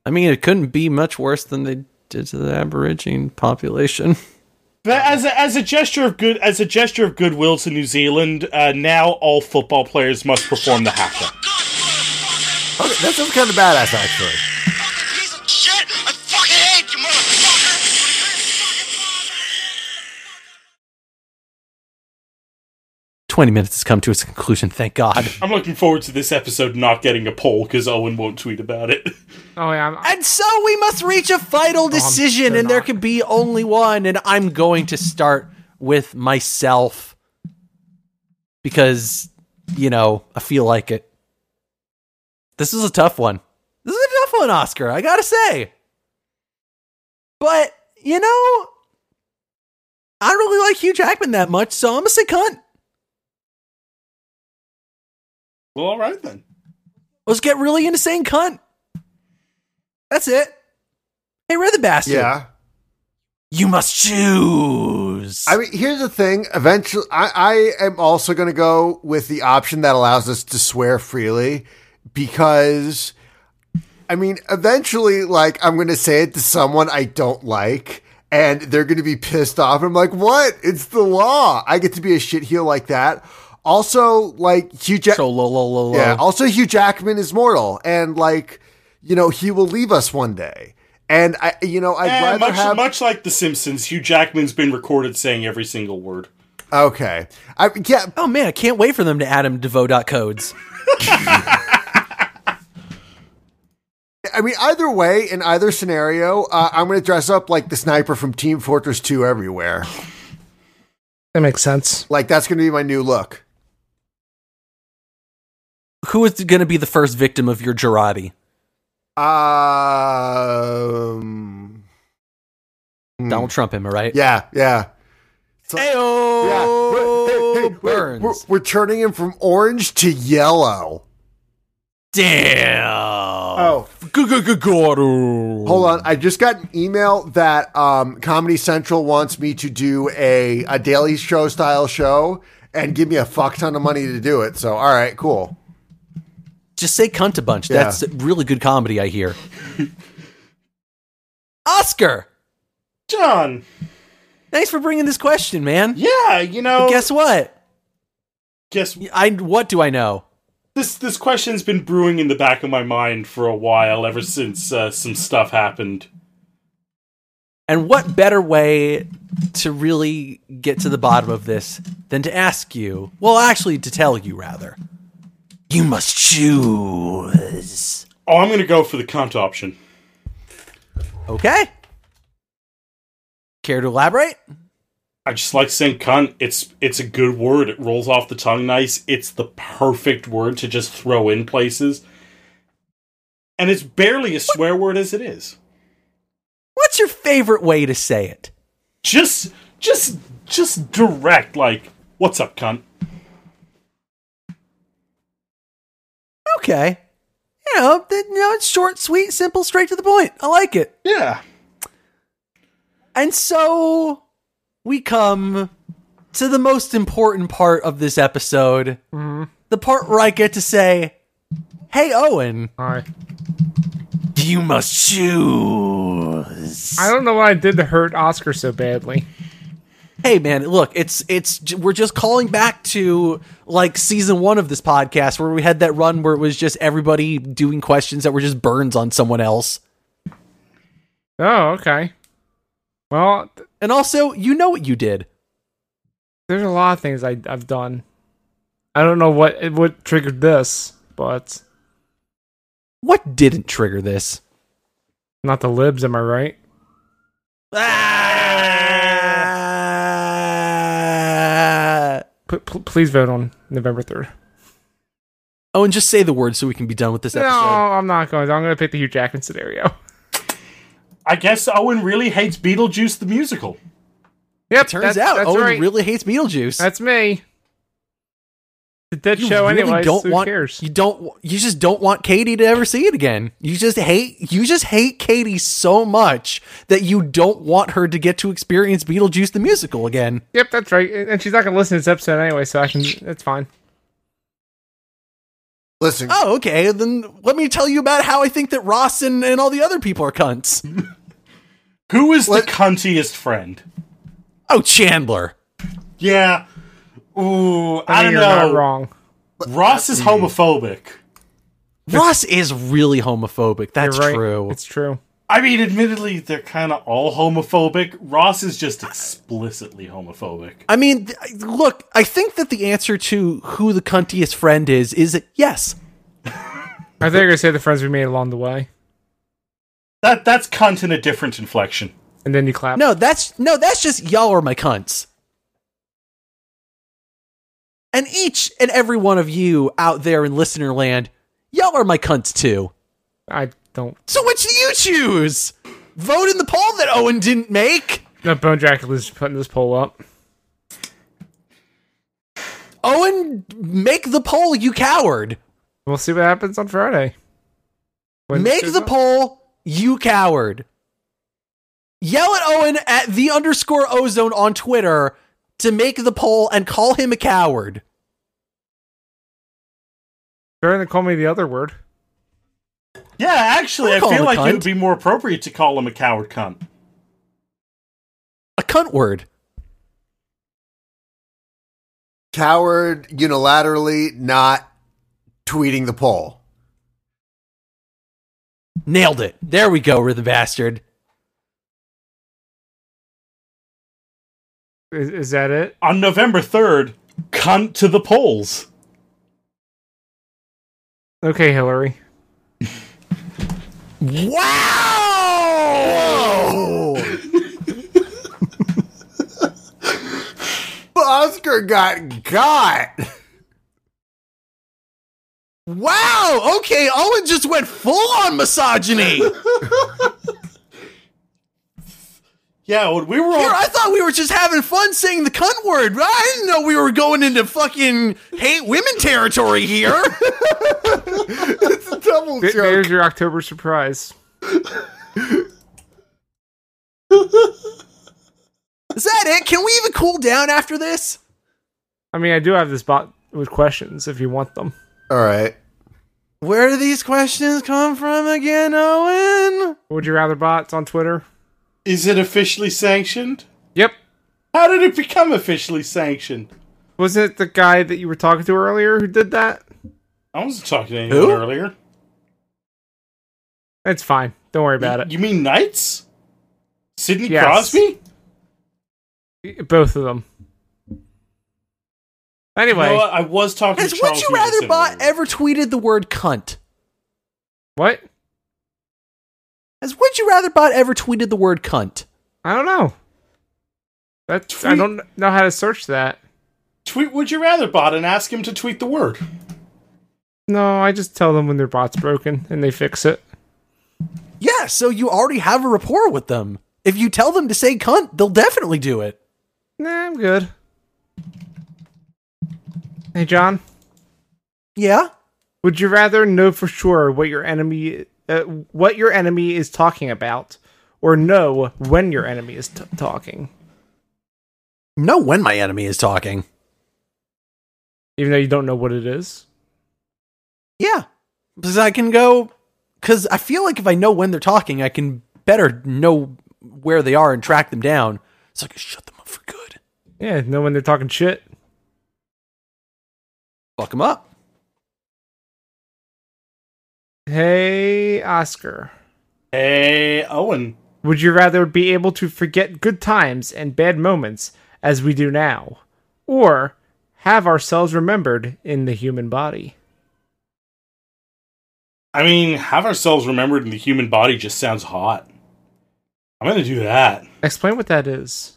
Speaker 3: I mean, it couldn't be much worse than they did to the Aborigine population.
Speaker 5: But as a, as a gesture of good as a gesture of goodwill to New Zealand, uh, now all football players must perform the
Speaker 7: Oh,
Speaker 5: haka.
Speaker 6: Okay, that sounds kind of badass, actually.
Speaker 7: piece of shit! I fucking hate you, motherfucker!
Speaker 3: 20 minutes has come to its conclusion, thank God.
Speaker 5: I'm looking forward to this episode not getting a poll because Owen won't tweet about it.
Speaker 4: Oh yeah, I'm,
Speaker 3: And so we must reach a final decision,
Speaker 4: they're
Speaker 3: and there
Speaker 4: not.
Speaker 3: can be only one. And I'm going to start with myself because, you know, I feel like it. This is a tough one. This is a tough one, Oscar, I gotta say. But, you know, I don't really like Hugh Jackman that much, so I'm gonna say cunt.
Speaker 5: Well, all right then.
Speaker 3: Let's get really into saying cunt. That's it. Hey, Red the Bastard.
Speaker 6: Yeah.
Speaker 3: You must choose.
Speaker 6: I mean, here's the thing. Eventually, I, I am also going to go with the option that allows us to swear freely because, I mean, eventually, like, I'm going to say it to someone I don't like and they're going to be pissed off. I'm like, what? It's the law. I get to be a shitheel like that. Also, like, Hugh Jack-
Speaker 3: so low, low, low, low.
Speaker 6: yeah. Also, Hugh Jackman is mortal, and like, you know, he will leave us one day. And I, you know, I'd
Speaker 5: Eh,
Speaker 6: rather
Speaker 5: much,
Speaker 6: have
Speaker 5: much like The Simpsons, Hugh Jackman's been recorded saying every single word.
Speaker 6: okay. I yeah,
Speaker 3: oh man, I can't wait for them to add him to Vo dot codes.
Speaker 6: I mean, either way, in either scenario, uh, I'm going to dress up like the sniper from Team Fortress 2 everywhere.
Speaker 4: that makes sense.
Speaker 6: Like that's going to be my new look.
Speaker 3: Who is going to be the first victim of your Gerardi?
Speaker 6: Um, hmm.
Speaker 3: Donald Trump, am I right?
Speaker 6: Yeah, yeah. yeah.
Speaker 3: Ayo,
Speaker 6: We're- hey, hey, we're-
Speaker 3: Burns.
Speaker 6: We're, we're turning him from orange to yellow.
Speaker 3: Damn.
Speaker 6: Oh, Hold on, I just got an email that um, Comedy Central wants me to do a a daily show style show and give me a fuck ton of money to do it. So, all right, cool.
Speaker 3: Just say cunt a bunch.
Speaker 6: Yeah.
Speaker 3: That's really good comedy, I hear. Oscar,
Speaker 5: John,
Speaker 3: thanks for bringing this question, man.
Speaker 5: yeah, you know, guess,
Speaker 3: Guess what?
Speaker 5: guess
Speaker 3: I what do I know?
Speaker 5: this this question's been brewing in the back of my mind for a while, ever since uh, some stuff happened.
Speaker 3: And what better way to really get to the bottom of this than to ask you, well, actually, to tell you rather, you must choose.
Speaker 5: Oh, I'm gonna go for the cunt option.
Speaker 3: Okay? Care to elaborate?
Speaker 5: I just like saying cunt. It's it's a good word. It rolls off the tongue nice. It's the perfect word to just throw in places, and it's barely a swear word as it is.
Speaker 3: What's your favorite way to say it?
Speaker 5: Just just just direct like, what's up, cunt?
Speaker 3: Okay. You know, th- you know, it's short, sweet, simple, straight to the point. I like it.
Speaker 5: Yeah.
Speaker 3: And so we come to the most important part of this episode the part where I get to say, Hey, Owen,
Speaker 4: All right.
Speaker 3: you must choose.
Speaker 4: I don't know what I did to hurt Oscar so badly.
Speaker 3: hey man look it's it's j- we're just calling back to like season one of this podcast where we had that run where it was just everybody doing questions that were just burns on someone else
Speaker 4: Oh, okay. Well, th-
Speaker 3: and also you know what you did
Speaker 4: there's a lot of things I, I've done. I don't know what what triggered this, but
Speaker 3: what didn't trigger this
Speaker 4: not the libs, am I right?
Speaker 3: Ah!
Speaker 4: P- pl- please vote on November third.
Speaker 3: oh and just say the word so we can be done with this
Speaker 4: No,
Speaker 3: episode
Speaker 4: I'm not going. to. I'm going to pick the Hugh Jackman scenario.
Speaker 5: I guess Owen really hates Beetlejuice the musical.
Speaker 4: Yep,
Speaker 3: turns
Speaker 4: that's-
Speaker 3: out
Speaker 4: that's
Speaker 3: owen
Speaker 4: right.
Speaker 3: really hates beetlejuice
Speaker 4: That's me. The dead show
Speaker 3: really
Speaker 4: anyway.
Speaker 3: don't
Speaker 4: Who
Speaker 3: want
Speaker 4: cares?
Speaker 3: you don't you just don't want Katie to ever see it again. You just hate you just hate Katie so much that you don't want her to get to experience Beetlejuice the musical again.
Speaker 4: Yep, that's right. And and she's not going to listen to this episode anyway, so I can. That's fine.
Speaker 6: Listen,
Speaker 3: Oh, okay. Then let me tell you about how I think that Ross and, and all the other people are cunts.
Speaker 5: Who is
Speaker 6: What-
Speaker 5: the cuntiest friend?
Speaker 3: Oh, Chandler.
Speaker 5: Yeah. Ooh, I,
Speaker 4: I,
Speaker 5: don't
Speaker 4: mean, you're
Speaker 5: know.
Speaker 4: not wrong.
Speaker 5: Ross is homophobic.
Speaker 3: Ross is really homophobic. That's
Speaker 4: You're right.
Speaker 3: true.
Speaker 4: It's true.
Speaker 5: I mean, admittedly, they're kind of all homophobic. Ross is just explicitly homophobic.
Speaker 3: I mean, th- I- look, I think that the answer to who the cuntiest friend is is yes.
Speaker 4: I think you're going to say the friends we made along the way,
Speaker 5: That that's cunt in a different inflection.
Speaker 4: and then you clap.
Speaker 3: No, that's no, that's just y'all are my cunts. And each and every one of you out there in listener land, y'all are my cunts too.
Speaker 4: I don't.
Speaker 3: So which do you choose? Vote in the poll that Owen didn't make.
Speaker 4: No, Bone Dracula's putting this poll up.
Speaker 3: Owen, make the poll, you coward.
Speaker 4: We'll see what happens on Friday. When this
Speaker 3: Make
Speaker 4: goes
Speaker 3: the
Speaker 4: up.
Speaker 3: poll, you coward. Yell at Owen at the underscore ozone on Twitter to make the poll and call him a coward.
Speaker 4: They're going to call me the other word.
Speaker 5: Yeah, actually,
Speaker 3: Don't
Speaker 5: I
Speaker 3: call him
Speaker 5: feel
Speaker 3: a
Speaker 5: like it
Speaker 3: cunt.
Speaker 5: would be more appropriate to call him a coward cunt.
Speaker 3: A cunt word.
Speaker 6: coward unilaterally not tweeting the poll.
Speaker 3: Nailed it. There we go, rhythm bastard.
Speaker 4: Is, is that it?
Speaker 5: On November third, cunt to the polls.
Speaker 4: Okay, Hillary.
Speaker 3: Wow!
Speaker 6: Oscar got got.
Speaker 3: Wow! Okay, Owen just went full on misogyny. Here,
Speaker 5: Yeah, when we were on
Speaker 3: I thought we were just having fun saying the cunt word. right? I didn't know we were going into fucking hate women territory here.
Speaker 6: Double
Speaker 4: Th-
Speaker 6: joke.
Speaker 4: There's your October surprise.
Speaker 3: Is that it? Can we even cool down after this?
Speaker 4: I mean, I do have this bot with questions if you want them.
Speaker 6: All right.
Speaker 3: Where do these questions come from again, Owen?
Speaker 4: Would you rather bots on Twitter?
Speaker 5: Is it officially sanctioned?
Speaker 4: Yep.
Speaker 5: How did it become officially sanctioned?
Speaker 4: Wasn't it the guy that you were talking to earlier who did that?
Speaker 5: I wasn't talking to anyone
Speaker 3: Who?
Speaker 5: earlier.
Speaker 4: It's fine. Don't worry about it.
Speaker 5: You mean Knights? Sidney
Speaker 4: Yes.
Speaker 5: Crosby?
Speaker 4: Both of them.
Speaker 5: You know
Speaker 4: Anyway,
Speaker 5: what? I was talking
Speaker 3: Has
Speaker 5: to
Speaker 3: Would
Speaker 5: Charles
Speaker 3: You Rather
Speaker 5: Manson
Speaker 3: Bot
Speaker 5: earlier.
Speaker 3: ever tweeted the word cunt?
Speaker 4: what?
Speaker 3: Has Would You Rather Bot ever tweeted the word cunt?
Speaker 4: I don't know. That's I
Speaker 5: Tweet-
Speaker 4: don't know how to search that.
Speaker 5: Tweet Would You Rather Bot and ask him to tweet the word.
Speaker 4: No, I just tell them when their bot's broken and they fix it.
Speaker 3: Yeah, so you already have a rapport with them. If you tell them to say cunt, they'll definitely do it.
Speaker 4: Nah, I'm good. Hey, John.
Speaker 3: Yeah?
Speaker 4: Would you rather know for sure what your enemy uh, what your enemy is talking about, or know when your enemy is t- talking,
Speaker 3: Know when my enemy is talking.
Speaker 4: even though you don't know what it is?
Speaker 3: Yeah. Because I can go. Because I feel like if I know when they're talking, I can better know where they are and track them down. So I can shut them up for good.
Speaker 4: Yeah, know when they're talking shit.
Speaker 3: Fuck him up.
Speaker 4: Hey, Oscar.
Speaker 5: Hey, Owen.
Speaker 4: Would you rather be able to forget good times and bad moments as we do now, or have ourselves remembered in the human body?
Speaker 5: I mean, have ourselves remembered in the human body just sounds hot. I'm gonna do that.
Speaker 4: Explain what that is.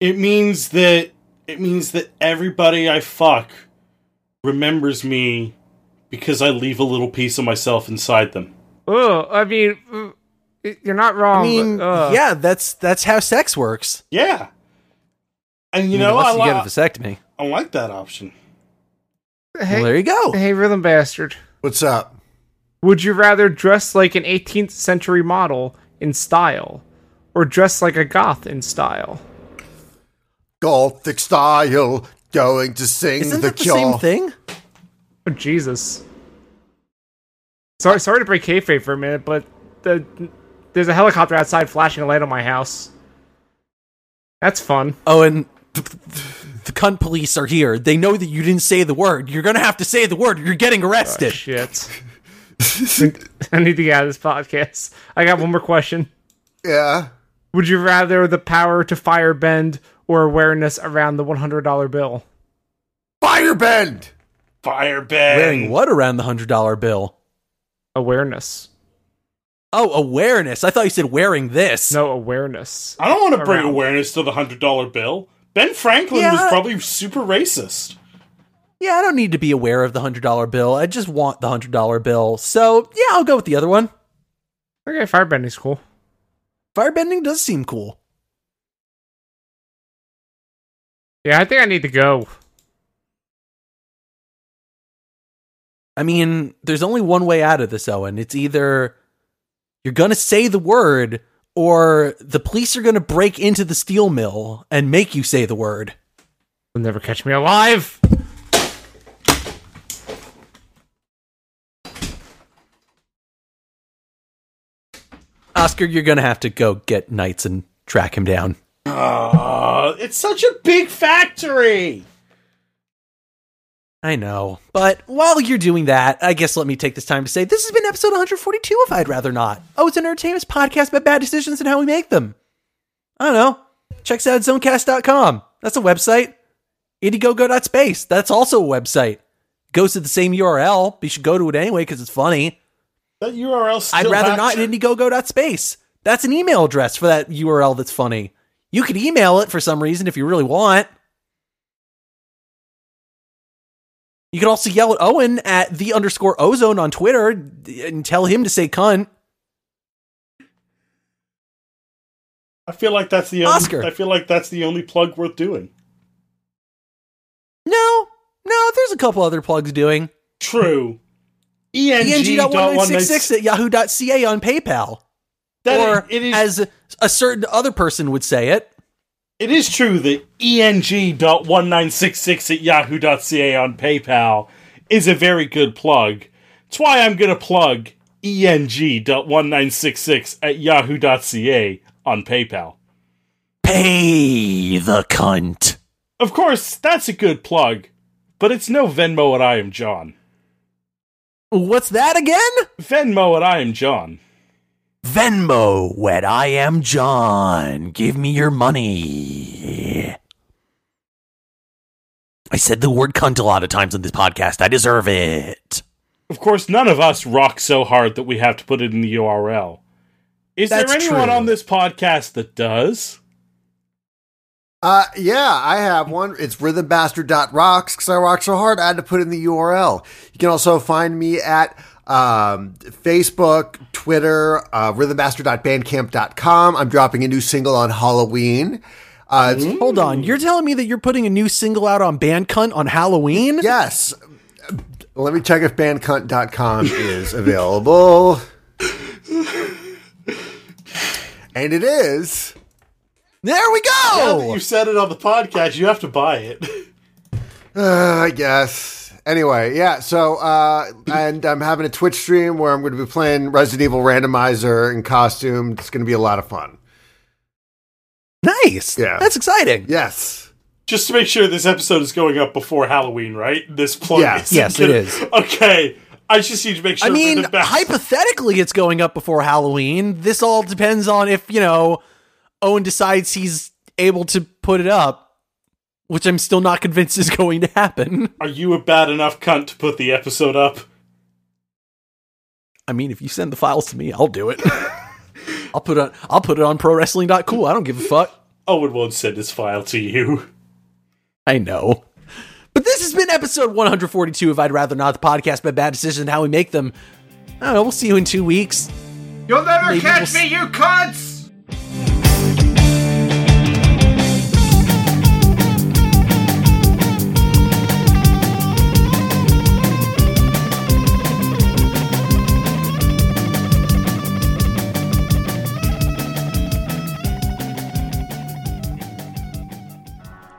Speaker 5: It means that it means that everybody I fuck remembers me because I leave a little piece of myself inside them.
Speaker 4: Oh, I mean, uh, you're not wrong.
Speaker 3: I mean,
Speaker 4: but, uh,
Speaker 3: yeah, that's that's how sex works.
Speaker 5: Yeah. And you know, I,
Speaker 3: unless you
Speaker 5: li-
Speaker 3: get a vasectomy.
Speaker 5: I like that option.
Speaker 4: Hey,
Speaker 3: well, there you go.
Speaker 4: hey, rhythm bastard.
Speaker 6: What's up?
Speaker 4: Would you rather dress like an 18th century model in style, or dress like a goth in style?
Speaker 6: Gothic style, going to sing
Speaker 3: Isn't
Speaker 6: the
Speaker 3: that the
Speaker 6: cure.
Speaker 3: same thing?
Speaker 4: Oh, Jesus. Sorry, sorry to break kayfabe for a minute, but the there's a helicopter outside flashing a light on my house. That's fun.
Speaker 3: Oh, and the, the cunt police are here. They know that you didn't say the word. You're gonna have to say the word. You're getting arrested.
Speaker 4: Shit. I need to get out of this podcast. I got one more question.
Speaker 6: Yeah.
Speaker 4: Would you rather the power to fire bend or awareness around the $100 bill?
Speaker 6: Firebend!
Speaker 5: Firebang.
Speaker 3: Wearing what around the hundred dollar bill?
Speaker 4: Awareness.
Speaker 3: Oh, awareness. I thought you said wearing this.
Speaker 4: No awareness.
Speaker 5: I don't want to bring
Speaker 4: Around.
Speaker 5: awareness to the hundred dollar bill. Ben Franklin
Speaker 3: Yeah.
Speaker 5: was probably super racist.
Speaker 3: Yeah, I don't need to be aware of the hundred dollar bill. I just want the hundred dollar bill. So yeah, I'll go with the other one.
Speaker 4: Okay, firebending's cool.
Speaker 3: Firebending does seem cool.
Speaker 4: Yeah, I think I need to go.
Speaker 3: I mean, there's only one way out of this, Owen. It's either you're gonna say the word, or the police are gonna break into the steel mill and make you say the word.
Speaker 4: They'll never catch me alive.
Speaker 3: Oscar, you're gonna have to go get knights and track him down.
Speaker 5: Uh, it's such a big factory.
Speaker 3: I know. But while you're doing that, I guess let me take this time to say this has been episode 142 of I'd Rather Not. Oh, it's an entertainment podcast about bad decisions and how we make them. I don't know. Check us out at zonecast.com. That's a website. Indiegogo.space. That's also a website. Goes to the same URL, but you should go to it anyway because it's funny.
Speaker 5: That URL. Still
Speaker 3: I'd rather
Speaker 5: have
Speaker 3: not
Speaker 5: to-
Speaker 3: at indiegogo.space. That's an email address for that URL that's funny. You could email it for some reason if you really want. You could also yell at Owen at the underscore ozone on Twitter and tell him to say cunt.
Speaker 5: I feel like that's the only,
Speaker 3: Oscar.
Speaker 5: I feel like that's the only plug worth doing.
Speaker 3: No, no, there's a couple other plugs doing.
Speaker 5: True.
Speaker 3: E
Speaker 5: E ENG.1966.
Speaker 3: ENG.1966 at yahoo.ca on PayPal.
Speaker 5: That
Speaker 3: or
Speaker 5: is- it is
Speaker 3: as a certain other person would say it,
Speaker 5: It is true that E eng.1966 at yahoo.ca on PayPal is a very good plug. It's why I'm going to plug E eng.1966 at yahoo.ca on PayPal.
Speaker 3: pay the cunt.
Speaker 5: Of course, that's a good plug, but it's no Venmo at I Am John.
Speaker 3: What's that again?
Speaker 5: Venmo at I Am John.
Speaker 3: Venmo when I am John. Give me your money. I said the word cunt a lot of times on this podcast. I deserve it.
Speaker 5: Of course, none of us rock so hard that we have to put it in the URL. Is
Speaker 3: That's
Speaker 5: there anyone
Speaker 3: true.
Speaker 5: on this podcast that does?
Speaker 6: Uh, yeah, I have one. It's rhythmbastard.rocks because I rock so hard I had to put in the URL. You can also find me at um, Facebook, Twitter, uh, rhythmbastard.bandcamp.com. I'm dropping a new single on Halloween. Uh, it's-
Speaker 3: Hold on. You're telling me that you're putting a new single out on Band Cunt on Halloween?
Speaker 6: Yes. Let me check if bandcunt.com is available. and it is.
Speaker 3: There we go.
Speaker 5: You said it on the podcast, you have to buy it.
Speaker 6: Uh, I guess. Anyway, yeah. So, uh, and I'm having a Twitch stream where I'm going to be playing Resident Evil Randomizer in costume. It's going to be a lot of fun.
Speaker 3: Nice.
Speaker 6: Yeah.
Speaker 3: That's exciting.
Speaker 6: Yes.
Speaker 5: just to make sure this episode is going up before Halloween, right? This plug.
Speaker 6: Yeah.
Speaker 5: is-
Speaker 3: Yes, it is.
Speaker 5: Okay, I just need to make sure.
Speaker 3: I
Speaker 5: for
Speaker 3: mean,
Speaker 5: the best.
Speaker 3: hypothetically, it's going up before Halloween. This all depends on if you know Owen decides he's able to put it up, which I'm still not convinced is going to happen.
Speaker 5: Are you a bad enough cunt to put the episode up?
Speaker 3: I mean, if you send the files to me, I'll do it. I'll put it on. I'll put it on ProWrestling.cool. I don't give a fuck.
Speaker 5: Owen won't send his file to you.
Speaker 3: I know. But this has been episode 142 of I'd Rather Not, the podcast by Bad Decisions and How We Make Them. I don't know. We'll see you in two weeks.
Speaker 8: You'll never
Speaker 3: Maybe
Speaker 8: catch
Speaker 3: we'll
Speaker 8: me, you cunts!